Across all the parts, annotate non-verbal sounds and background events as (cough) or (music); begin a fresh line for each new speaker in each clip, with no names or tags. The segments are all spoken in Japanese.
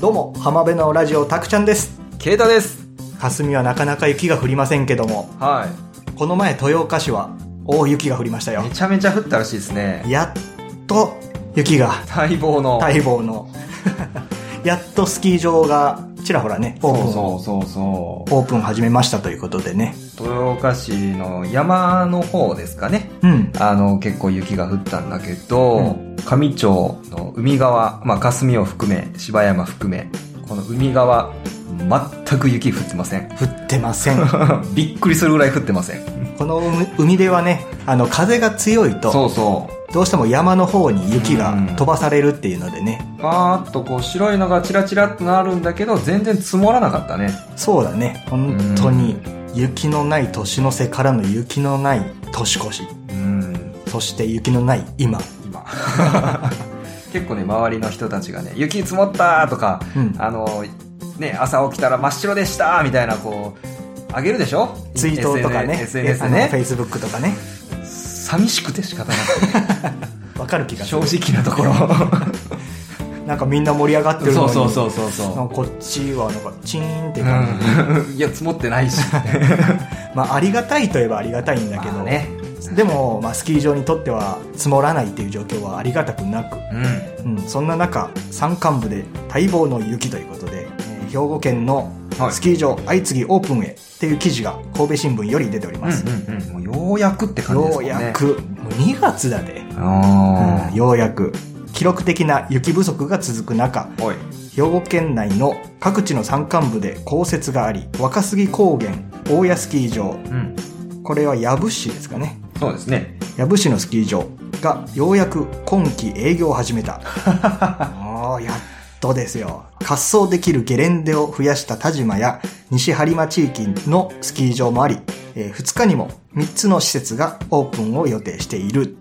どうも浜辺のラジオたくちゃんです
ケイタです
霞はなかなか雪が降りませんけども
は
この前豊岡市は大雪が降りました
い
よ
めちゃめちゃ降ったらしいですね
やっと雪が
待望の
待望の (laughs) やっとスキー場がちらほらねオープン
そうそうそうそ
オープン始めましたということでね
う豊岡市の山の方ですかね
うん
あの結構雪が降ったんだけど、上町の海側、まあ、霞を含め芝山含めこの海側全く雪降ってません (laughs)
降ってません
びっくりするぐらい降ってません
この海海辺はねあの風が強いと
そうそ
どうしても山の方に雪が飛ばされるっていうのでね
うバーっとこう白いのがチラチラっとなるんだけど全然積もらなかったね
そうだね本当に雪のない年の瀬からの雪のない年越し
うん
そして雪のない今、
今 (laughs) 結構ね周りの人たちがね「雪積もった!」とか、
うん
あのね朝起きたら真っ白でしたみたいなこうあげるでしょ
ツイートとかね
SNS で
フェ
ね
イスブックとかね
寂しくて仕方な
わかる気が
い
す
正
る
直な
(laughs)
ところ
なんかみんな盛り上がってるのに
うそう
なん
そ
かこっちはなんかチーンって
う
感じ、
ん、いや積もってないし
(laughs) まあありがたいといえばありがたいんだけど、
まあね
でも、まあ、スキー場にとっては積もらないっていう状況はありがたくなく、
うん
うん、そんな中山間部で待望の雪ということで、えー兵庫県の
はい
スキー場相次ぎオープンへっていう記事が神戸新聞より出ております、
うんうんうん、もうようやくって感じです
よ
もん
う
ね
やくもう2月だで、
あ
うんようやく記録的な雪不足が続く中
あおい
兵庫県内の各地の山間部で降雪があり若杉高原大谷スキー場
うん
これは藪市ですかね
そうですね
藪市のスキー場がようやく今季営業を始めたもうやっとですよ滑走できるゲレンデを増やした田島や西播磨地域のスキー場もあり、え2日にも3つの施設がオープンを予定している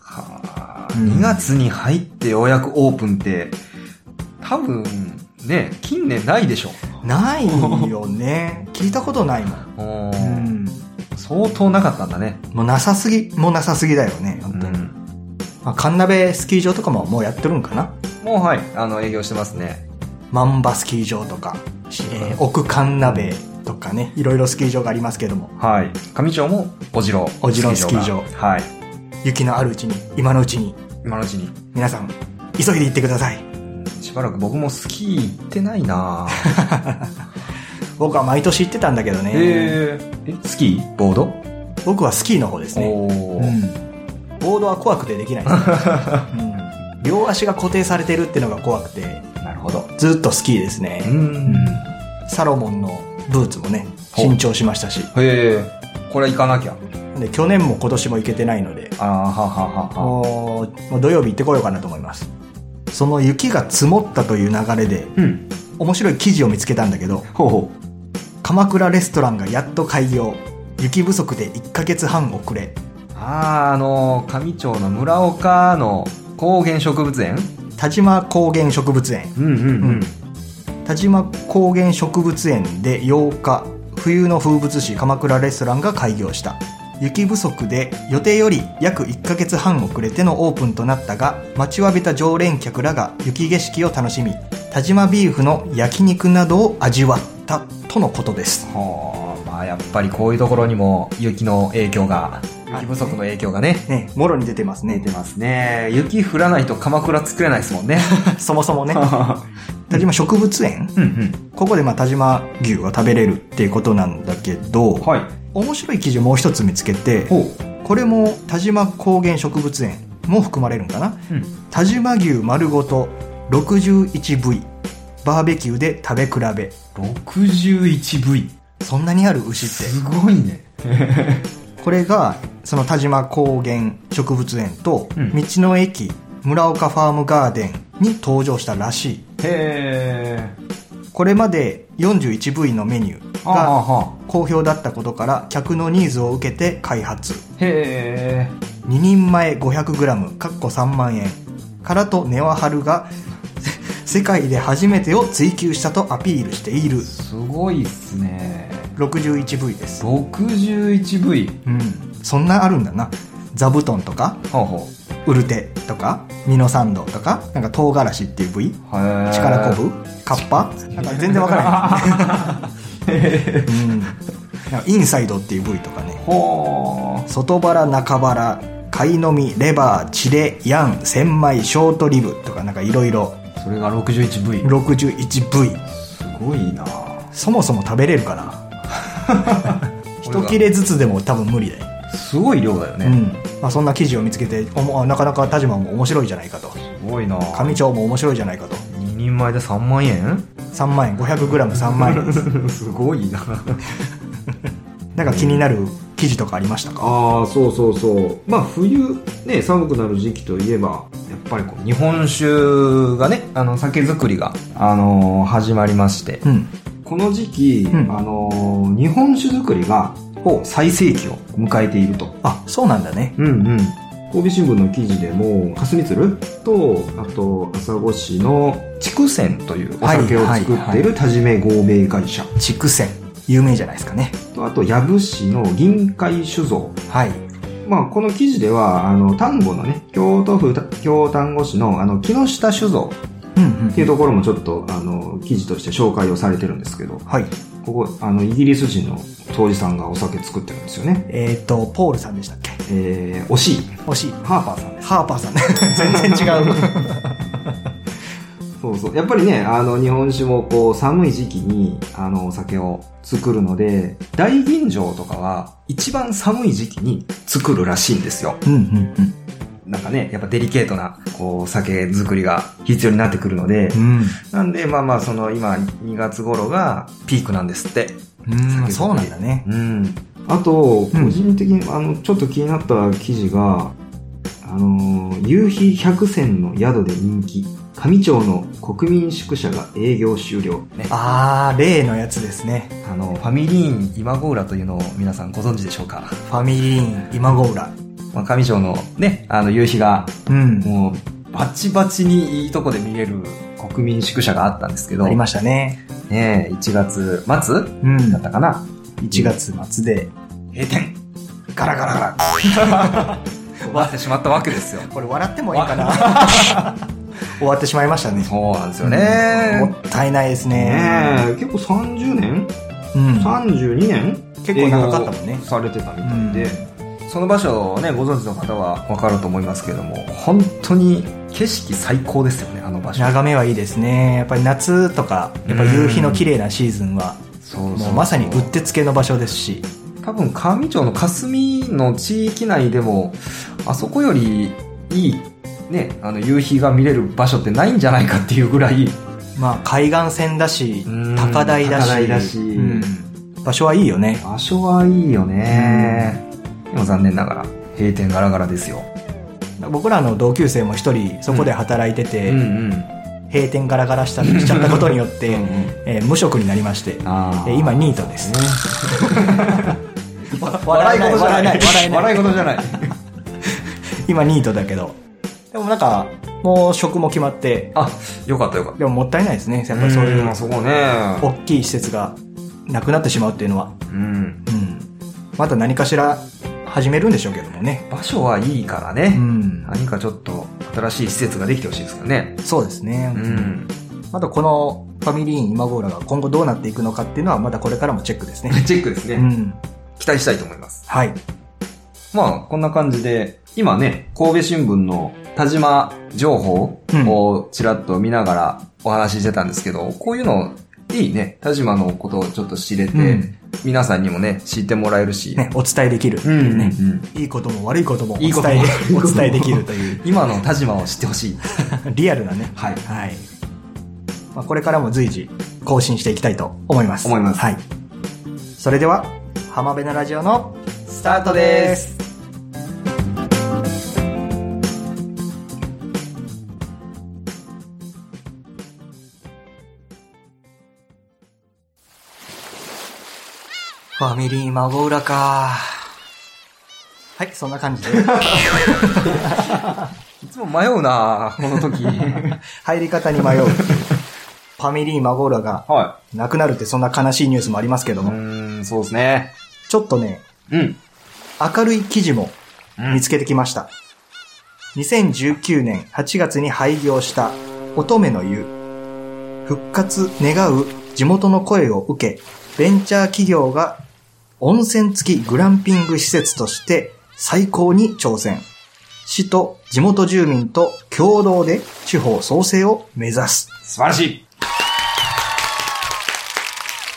はあ、
うん
2月に入ってようやくオープンって、多分、ね、近年ないでしょ。
ないよね聞いたことないもん、
お
う
ー
ん、
相当なかったんだね。
もうなさすぎもうなさすぎだよね本当に、
うん
まあ、神鍋スキー場とかももうやってるんかな
もうはい、あの、営業してますね。
万場スキー場とか、えー奥神鍋とかねいろいろスキー場がありますけども
はい。上町も、おじろ。
小次郎スキー場
はい。
雪のあるうちに今のうちに
今のうちに。
皆さん急いで行ってください
しばらく僕もスキー行ってないな
僕は毎年行ってたんだけど
へ
ね
えー。え、スキーボード
僕はスキーの方ですね、
お
う
ー
ん、ボードは怖くてでき
(laughs)
ない、うん、両足が固定されてるってのが怖くて
なるほど。
ずっとスキーです
う
ね、
ん。
サロモンのブーツもね
ほう
新調しましたし
へえ。これ行かなきゃ。
で去年も今年も行けてないので
あーはははは。
もうもう土曜日行ってこようかなと思いますその雪が積もったという流れで
うん。
面白い記事を見つけたんだけど
ほうほ
鎌倉レストランがやっと開業雪不足で1ヶ月半遅れ
あああの上町の村岡の高原植物園
田島高原植物園
うんう
う
ん
ん田島高原植物園で8日冬の風物詩鎌倉レストランが開業した雪不足で予定より約1ヶ月半遅れてのオープンとなったが待ちわびた常連客らが雪景色を楽しみ田島ビーフの焼肉などを味わったとのことです
はあまあやっぱりこういうところにも雪の影響が雪不足の影響がね
ねもろに出てます
出
ね
てますね雪降らないと鎌倉作れないですもんね
そもそもね
(laughs) う
田島植物園
んうん
ここでまあ田島牛が食べれるっていうことなんだけど、
はい
面白い記事をもう一つ見つけて
ほ
これも田島高原植物園も含まれるんかな
う、うん、
田島牛丸ごと 61V バーベキューで食べ比べ
61V
そんなにある牛って
すごいね
これがその田島高原植物園と道
うん
の駅村岡ファームガーデンに登場したらしい
へえ
これまで 41V のメニュー
はあ
が
は
好評だったことから客のニーズを受けて開発
あへえ
2人前 500g かっこ3万円からとネワハルが (laughs) 世界で初めてを追求したとアピールしている
すごいっすね
61V です
61V
うんそんなあるんだな座布団とか
ほうほう
ウルテとかミノサンドとかなんか唐辛子っていう部位
へー
力こぶカッパなんか全然わからない、うん、なんかインサイドっていう部位とかね
ほー
外腹中腹貝のみレバーチレヤン千枚ショートリブとかなんかいろいろ
それが 61V
61部位
すごいな
そもそも食べれるかな (laughs) 一切れずつでも多分無理だよ、
すごい量だよ
う
ね、
んまあ、そんな記事を見つけておもあなかなか田島も面白いじゃないかと
すごいな
上町も面白いじゃないかと
2人前で3万円
3万円 500g3 万円です
(laughs) すごいな
なんか気になる記事とかありましたか
(laughs) ああそうそうそうまあ冬ね寒くなる時期といえばやっぱりこう日本酒がねあの酒造りが、あのー始まりまして
うん
この時期、
うん
あのー日本酒造りがほぼ最盛期を迎えていると
あそうなんだね
うんうん神戸新聞の記事でも霞鶴とあと朝来市の筑泉というお酒を作っている田締め合米会社、
筑泉有名じゃないですかね
とあと藪市の銀海酒造
はい
まあ、この記事では、あの、丹後のね、京都府京丹後市の、あの、木下酒造
うんう
ってい
ん
うところもちょっと、あの、記事として紹介をされてるんですけど、
はい
ここ、あの、イギリス人の当時さんがお酒作ってるんですよね。
えっ、とポールさんでしたっけ
えー、惜しい。
惜しい
ハーパーさんです。
ハーパーさん全然違う
そうそう。やっぱりね、あの、日本酒もこう、寒い時期に、あの、お酒を作るので、大吟醸とかは、一番寒い時期に作るらしいんですよ。
うんうん
なんかね、やっぱデリケートな、こう、酒作りが必要になってくるので、
うん
なんで、まあまあ、その今、2月頃がピークなんですって。
うんうんそうなんだね
うん。あと、
うん
個人的に、あの、ちょっと気になった記事が、あのー、夕日百選の宿で人気、上町の国民宿舎が営業終了。ね、あ
ああ例のやつですね
の、ファミリーン今郷裏というのを皆さんご存知でしょうか。
ファミリーン今郷裏
まあ、上町のね、あの、夕日が、
うん
もう、バチバチにいいとこで見れる国民宿舎があったんですけど、
ありましたね
ねえ1月末
うん
だったかな
1月末で
閉店
ガラガラガラ (laughs)
終わってしまったわけですよ。
これ笑ってもいいかな終わってしまいましたね
そうなんですよね。
もったいないですね
ねえ、結構30年
うん、
?32 年
結構長かったもんね
営業されてたみたいで、その場所をね、ご存知の方はわかると思いますけども、本当に景色最高ですよね、あの場所。
眺めはいいですねやっぱり夏とかやっぱ夕日の綺麗なシーズンは
そうそう
もうまさにうってつけの場所ですし
多分、上町の霞の地域内でも、あそこよりいい、ね、あの、夕日が見れる場所ってないんじゃないかっていうぐらい、
まあ海岸線だし
うん
高台だし
高台だし
うん場所はいいよね
場所はいいよね、でも残念ながら閉店ガラガラですよ
僕らの同級生も一人そこで働いてて、
ん
閉店ガラガラしたしちゃったことによって
うんうん
えー無職になりまして
あー
えー今ニートです
ね
笑えない笑えない笑えない
笑い事じゃない
今ニートだけどでもなんかもう職も決まって
あよかったよかっ
でももったいないですねや
た
っぱりそうい
ん
う
そこね
大きい施設がなくなってしまうっていうのは、
うん
うん、また何かしら始めるんでしょうけどもね、
場所はいいから
う
ね、
ん、
何かちょっと新しい施設ができてほしいですからね
そうですね、
うん
まだこのファミリーイン今頃が今後どうなっていくのかっていうのはまだこれからもチェックですね
チェックですね、
うん
期待したいと思います
はい
まあこんな感じで今ね神戸新聞の田島情報
うん
をちらっと見ながらお話ししてたんですけど、こういうのいいね田島のことをちょっと知れて、
うん
皆さんにもね知ってもらえるし、
ねお伝えできるって
う
い
ん
う
うんう
ね、
ん
いいことも悪いこともお伝
いい
え
ことも
で
悪いこ
お
とも
伝えできるという
今の田島を知ってほしい
リアルなね
はい
はい、まあ、これからも随時更新していきたいと思います
思います
はい、それでは浜辺のラジオの
スタート
ですファミリー孫裏か。はい、そんな感じで。
(laughs) いつも迷うなこの (laughs) 時
入り方に迷う。ファミリー孫裏が
は
なくなるってそんな悲しいニュースもありますけ
い
ど
う
も、
ーんそうですね
ちょっとね、
うん
明るい記事も
うん
見つけてきました。 2019年8月に廃業した乙女の湯。復活願う地元の声を受け、ベンチャー企業が温泉付きグランピング施設として最高に挑戦。市と地元住民と共同で地方創生を目指す。
素晴らしい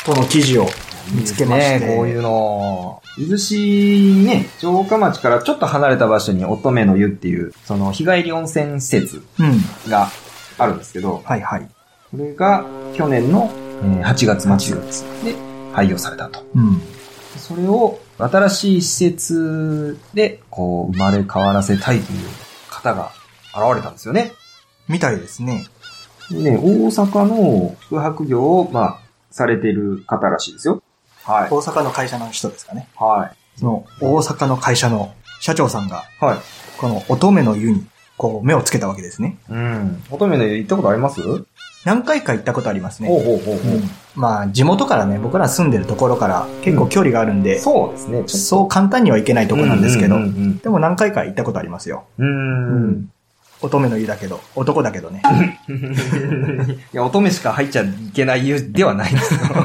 との記事を見つけまして。
いいですね、こういうの。伊豆市ね、城下町からちょっと離れた場所に乙女の湯っていう、その日帰り温泉施設
うん。
があるんですけど、
はいはい。
これが去年のえー8月末で廃業されたと。
うん。
それを新しい施設でこう生まれ変わらせたいという方が現れたんですよね。
みたいですね。
でね、大阪の宿泊業を、まあ、されてる方らしいですよ。はい。
大阪の会社の人ですかね。
は
その大阪の会社の社長さんが、
い。はい。
この乙女の湯に、こう目をつけたわけですね。
うん。乙女の家行ったことあります、
何回か行ったことありますね。
ほうほうほうほう。
まあ、地元からね、僕ら住んでるところから結構距離があるんで、
そうですね。ちょっ
そう簡単には行けないとこなんですけど、
うんうん
でも何回か行ったことありますよ。
うん。
乙女の湯だけど、男だけどね。
うん (laughs) いや、乙女しか入っちゃいけない理由ではないん (laughs) ですけど。そう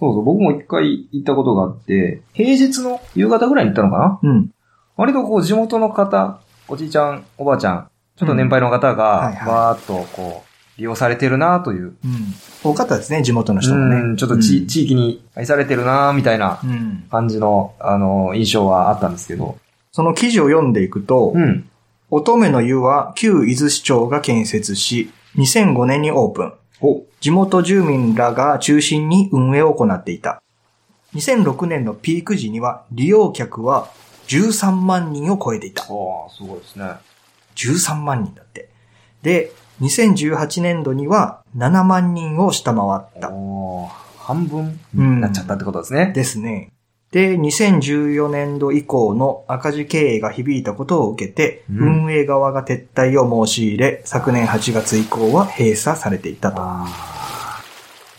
そう、僕も一回行ったことがあって、平日の夕方ぐらいに行ったのかな
うん。
割とこう地元の方、おじいちゃん、おばあちゃん、ちょっと年配の方が、
うんはいはい
わーっとこう、利用されてるなという
うん。多かったですね、地元の人も
うん
ね。
ちょっとち、
うん
地域に愛されてるなみたいな
うん。
感じの、あの、印象はあったんですけど。
その記事を読んでいくと、
ん。
乙女の湯は旧伊豆市長が建設し、2005年にオープン。
お、
地元住民らが中心に運営を行っていた。2006年のピーク時には利用客は13万人を超えていた。
ああ、すごいですね。
13万人だって。で、2018年度には7万人を下回った。
おー半分
うん
になっちゃったってことですね。
ですね。で、2014年度以降の赤字経営が響いたことを受けて、
うん
運営側が撤退を申し入れ、昨年8月以降は閉鎖されていたと。
あ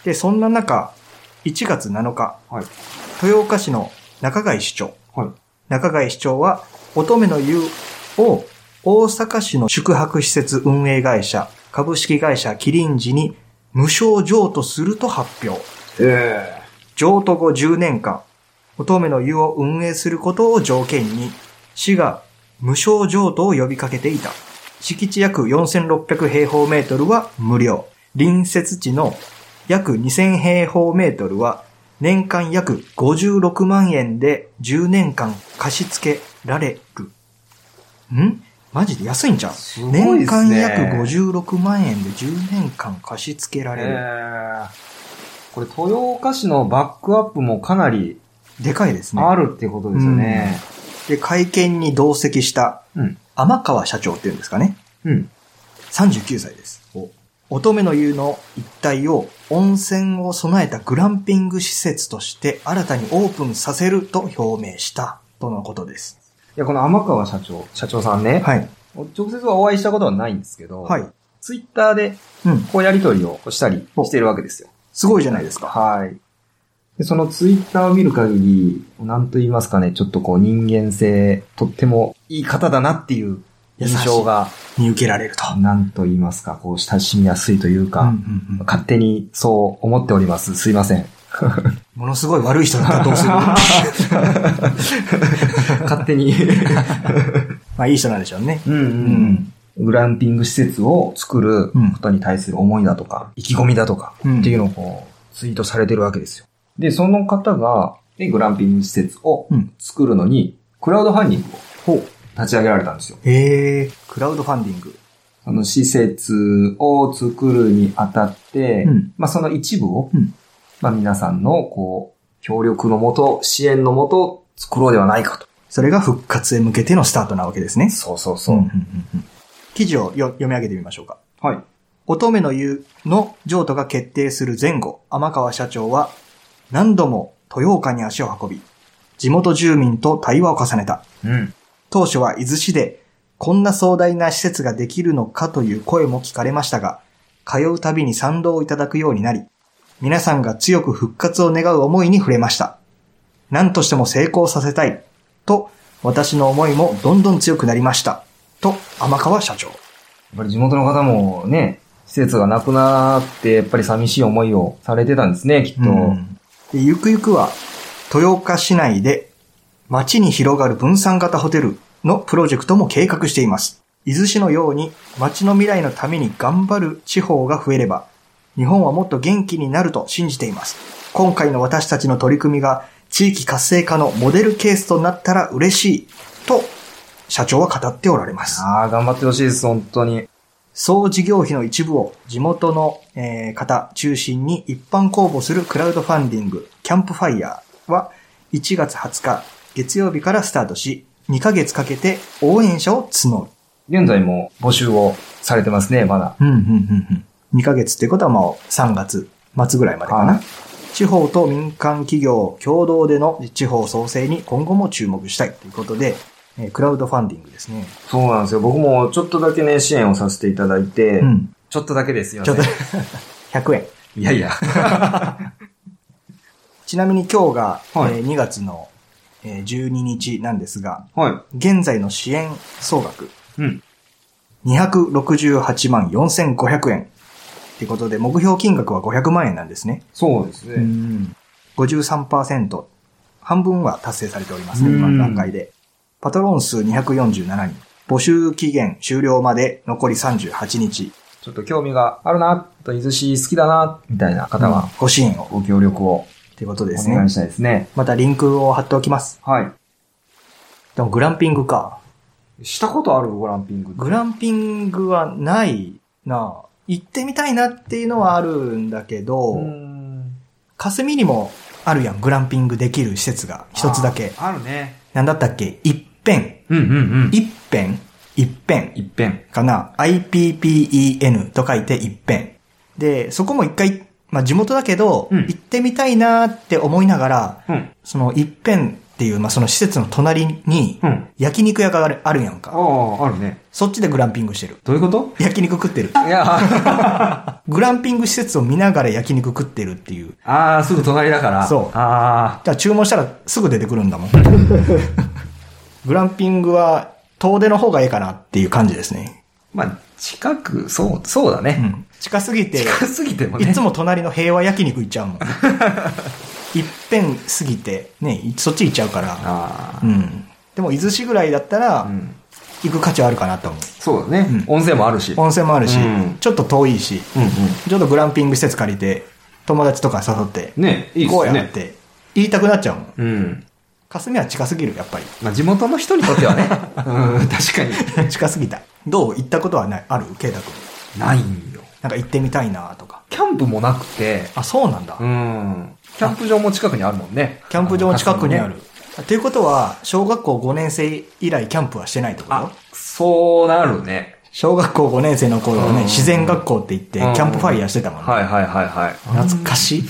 で、そんな中、1月7日、
あ、はい。
豊岡市の中貝市長。
はい。
中貝市長は、乙女の湯を大阪市の宿泊施設運営会社、株式会社キリンジに無償譲渡すると発表。
え
譲渡後10年間、乙女の湯を運営することを条件に、市が無償譲渡を呼びかけていた。敷地約4600平方メートルは無料。隣接地の約2000平方メートルは年間約56万円で10年間貸し付けられる。んマジで安いんじゃん、
すごいですね
年間約56万円で10年間貸し付けら
え
れる。
ーこれ、豊岡市のバックアップもかなり
でかいですね。
あるってことですよね。
で、会見に同席した
うん。
天川社長っていうんですかね。
うん。
39歳です。乙女の湯の一帯を温泉を備えたグランピング施設として新たにオープンさせると表明したとのことです。
いや、この天川社長、社長さんね、
はい。
直接はお会いしたことはないんですけど、
はい。
ツイッターで
うん。
こうやりとりをしたりしてるわけですよ。
すごいじゃないですか。
はい。で、そのツイッターを見る限り、なんと言いますかね、ちょっとこう人間性、とってもいい方だなっていう印象が、
見受けられると。
なんと言いますか、こう親しみやすいという
うんう
か、
んうん
勝手にそう思っております。すいません。
ものすごい悪い人だったらど
(laughs)
うする
勝手に。
(laughs) まあいい人なんでしょうね。
うんうん。グランピング施設を作ることに対する思いだとか、意気込みだとか、
うん
っていうのをこう、ツイートされてるわけですよ。で、その方が、でグランピング施設を
うん
作るのに、クラウドファンディングを立ち上げられたんですよ。
へえ、クラウドファンディング。
その施設を作るにあたって、
うん
まあその一部を、
うん
まあ皆さんのこう、協力のもと、支援のもと、作ろうではないかと。
それが復活へ向けてのスタートなわけですね。
そうそうそう。
んんんうん記事をよ読み上げてみましょうか。
はい。
乙女の湯の譲渡が決定する前後、天川社長は何度も豊岡に足を運び、地元住民と対話を重ねた。
うん。
当初は伊豆市でこんな壮大な施設ができるのかという声も聞かれましたが、通うたびに賛同をいただくようになり、皆さんが強く復活を願う思いに触れました。何としても成功させたい、と私の思いもどんどん強くなりました、と天川社長。
ぱり地元の方もね、施設がなくなって、やっぱり寂しい思いをされてたんですね、きっと。
うんでゆくゆくは、豊岡市内で、街に広がる分散型ホテルのプロジェクトも計画しています。伊豆市のように、街の未来のために頑張る地方が増えれば、日本はもっと元気になると信じています。今回の私たちの取り組みが、地域活性化のモデルケースとなったら嬉しい、と、社長は語っておられます。
ああ、頑張ってほしいです、本当に。
総事業費の一部を地元の、えー方中心に一般公募するクラウドファンディング、キャンプファイヤーは1月20日月曜日からスタートし、2ヶ月かけて応援者を募る。
現在も募集をされてますね、まだ。
うん、うん、うん、うん。2ヶ月ってことはもう3月末ぐらいまでか
は。
ない地方と民間企業共同での地方創生に今後も注目したいということで、えークラウドファンディングですね。
そうなんですよ。僕もちょっとだけね、支援をさせていただいて、
うん。
ちょっとだけですよね。
ちょっと、100円。
いやい (laughs) や。
ちなみに今日が、
は
え
い
ー2月の、えー12日なんですが、
は
現在の支援総額
い。うん。
268万4500円。ってことで、目標金額は500万円なんですね。
そうですね。
うん、53%。半分は達成されておりますね、
うん
今の段階で。パトロン数247人。募集期限終了まで残り38日。
ちょっと興味があるな、と、伊豆市好きだな、みたいな方は、
ご支援を。
ご協力を
ってことです
お願
ね
い。したいですね。
またリンクを貼っておきます。
は
でもグランピングか。
い。したことあるグランピング
グランピングはないなぁ行ってみたいなっていうのはあるんだけど、
ん。
霞にもあるやん、グランピングできる施設が一つだけ。
あるね。
なんだったっけ一辺。
うんうんうん。
一辺一辺
一遍。
かな ?IPPEN と書いて一辺。で、そこも一回、まあ地元だけど、
うん
行ってみたいなって思いながら、
うん。
その一辺っていう、まあその施設の隣に
う、ん。
焼肉屋があるあるやんか。
ああ、あるね。
そっちでグランピングしてる。
どういうこと
焼肉食ってる。
い (laughs) や、
グランピング施設を見ながら焼肉食ってるっていう。
ああ、すぐ隣だから。
そう
あ
じゃあ注文したらすぐ出てくるんだ (laughs) もん。グランピングは遠出の方がいいかなっていう感じですね。
あ。まあ、近く、そう、そうだ
う
ね。
ん。近すぎて、
近すぎてもね。
いつも隣の平和焼肉行っちゃ
(laughs)
うもん。いっぺん過ぎて、ね、いそっち行っちゃうから。
あ
う
あ。
ん。でも伊豆市ぐらいだった
う
ら、
ん。
行く価値はあるかなと思
そうだね。温泉もあるし。
う。温泉もあるし、
うん
ちょっと遠いし、
うんうん。
ちょっとグランピング施設借りて、友達とか誘って、
ねいい
行
っ
こう
す
やっ
ね。
て言いたくなっちゃうもん。
うん。
霞は近すぎる、やっぱり。
まあ、地元の人にとっ
(laughs)
てはね。うん、確かに。
近すぎた。どう行ったことはないある慶太君。
ないんよ。
なんか行ってみたいなとか。
キャンプもなくて、
あ、そうなんだ。
うん。キャンプ場も近くにあるもんね。
キャンプ場の近くにある
の。。
ということは、小学校5年生以来キャンプはしてないってこと
あ、そうなるね。
小学校5年生の頃は
うん
ね、自然学校って言って、キ
うん
ャンプファイヤーしてたもんね。
はいはいはいはい。
懐か
(laughs)
しい。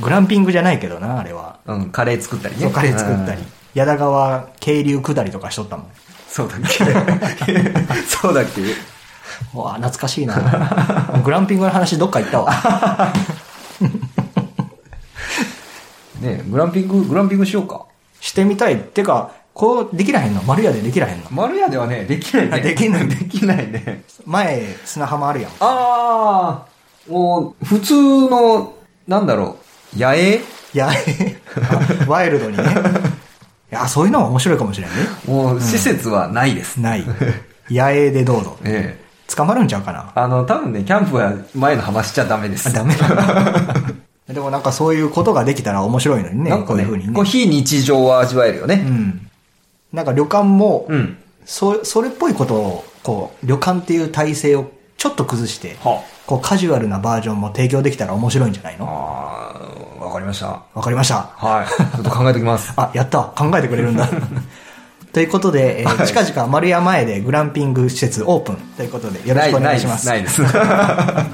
グランピングじゃないけどな、あれは。
うん、カレー作ったりね。
そう、カレー作ったり
うん。
矢田川渓流下りとかしとったもん。
そうだっ
(laughs)
けそうだっけ
うわ懐かし
(laughs)
いなグランピングの話どっか行ったわ
ねえグランピング、グランピングしようか。
してみたいってかこうできらへんの丸屋でできらへんの
丸屋ではね、できな
あ
いね。
できない
できないね。
前砂浜あるやん
ああ、もう、普通の、なんだろう、野営
いや (laughs) あワイルドにねいやそういうのも面白いかもしれんね
もう、施設はないです。
ない野営でどうぞ
ええ。
捕まるんちゃうかな
あの、多分ね、キャンプは前の話しちゃダメです。
あダメだ (laughs) でもなんかそういうことができたら面白いのにね
なん
こ
か
うい
ね、
うふうに
こう
ね
非日常は味わえるよ
う
ね。
んなんか旅館も、
うん。
そそれっぽいことをこう旅館っていう体制をちょっと崩して
は
こうカジュアルなバージョンも提供できたら面白いんじゃない
あ
の
あー、わかりました。
わかりました。
はい。ちょっと考えておきます。
あ、やった。考えてくれるん
(laughs)
だ。ということで、えー
はい
近々丸山前でグランピング施設オープンということで (laughs) よろしくお願いします。
ないです。な
ま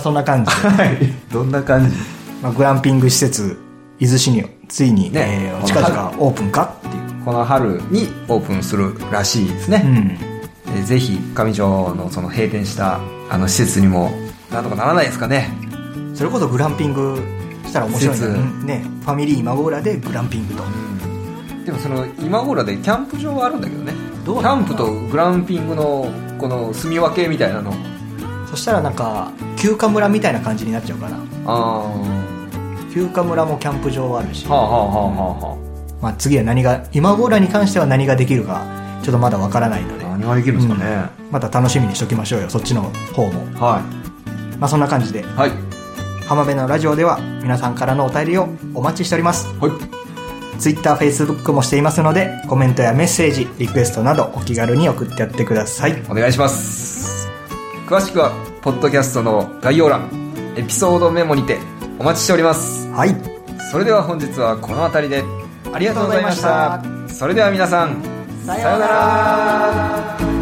あ、そんな感じ
(laughs)
で、
い
(laughs)
ですどんな感じ
まあ、グランピング施設伊豆市についに、
ね
えー近々オープンかっていう。
この春にオープンするらしいです
う
ね。
ん。
えーぜひ、上条のその閉店したあの施設にも、なんとかならないですかね。
それこそグランピングしたら面白い
施設
ね。ね。ファミリー孫らでグランピングと。
うんでもその今頃でキャンプ場はあるんだけどね
ど
キ
うな
ャ
の
ンプとグランピングのこの住み分けみたいなの
そしたらなんか休暇村みたいな感じになっちゃうかな
あ
休暇村もキャンプ場はあるし
あはあ、はあはあは
まあ、次は何が今頃に関しては何ができるかちょっとまだわからないの
あ
で
何ができるんですかね、
また楽しみにしときましょうよそっちの方も、
は
まあ、そんな感じで
いはい
浜辺のラジオでは皆さんからのお便りをお待ちしております
はい
TwitterFacebook もしていますのでコメントやメッセージリクエストなどお気軽に送ってやってください
お願いします詳しくはポッドキャストの概要欄エピソードメモにてお待ちしております
はい
それでは本日はこの辺りでありがとうございましたそれでは皆さんさようなら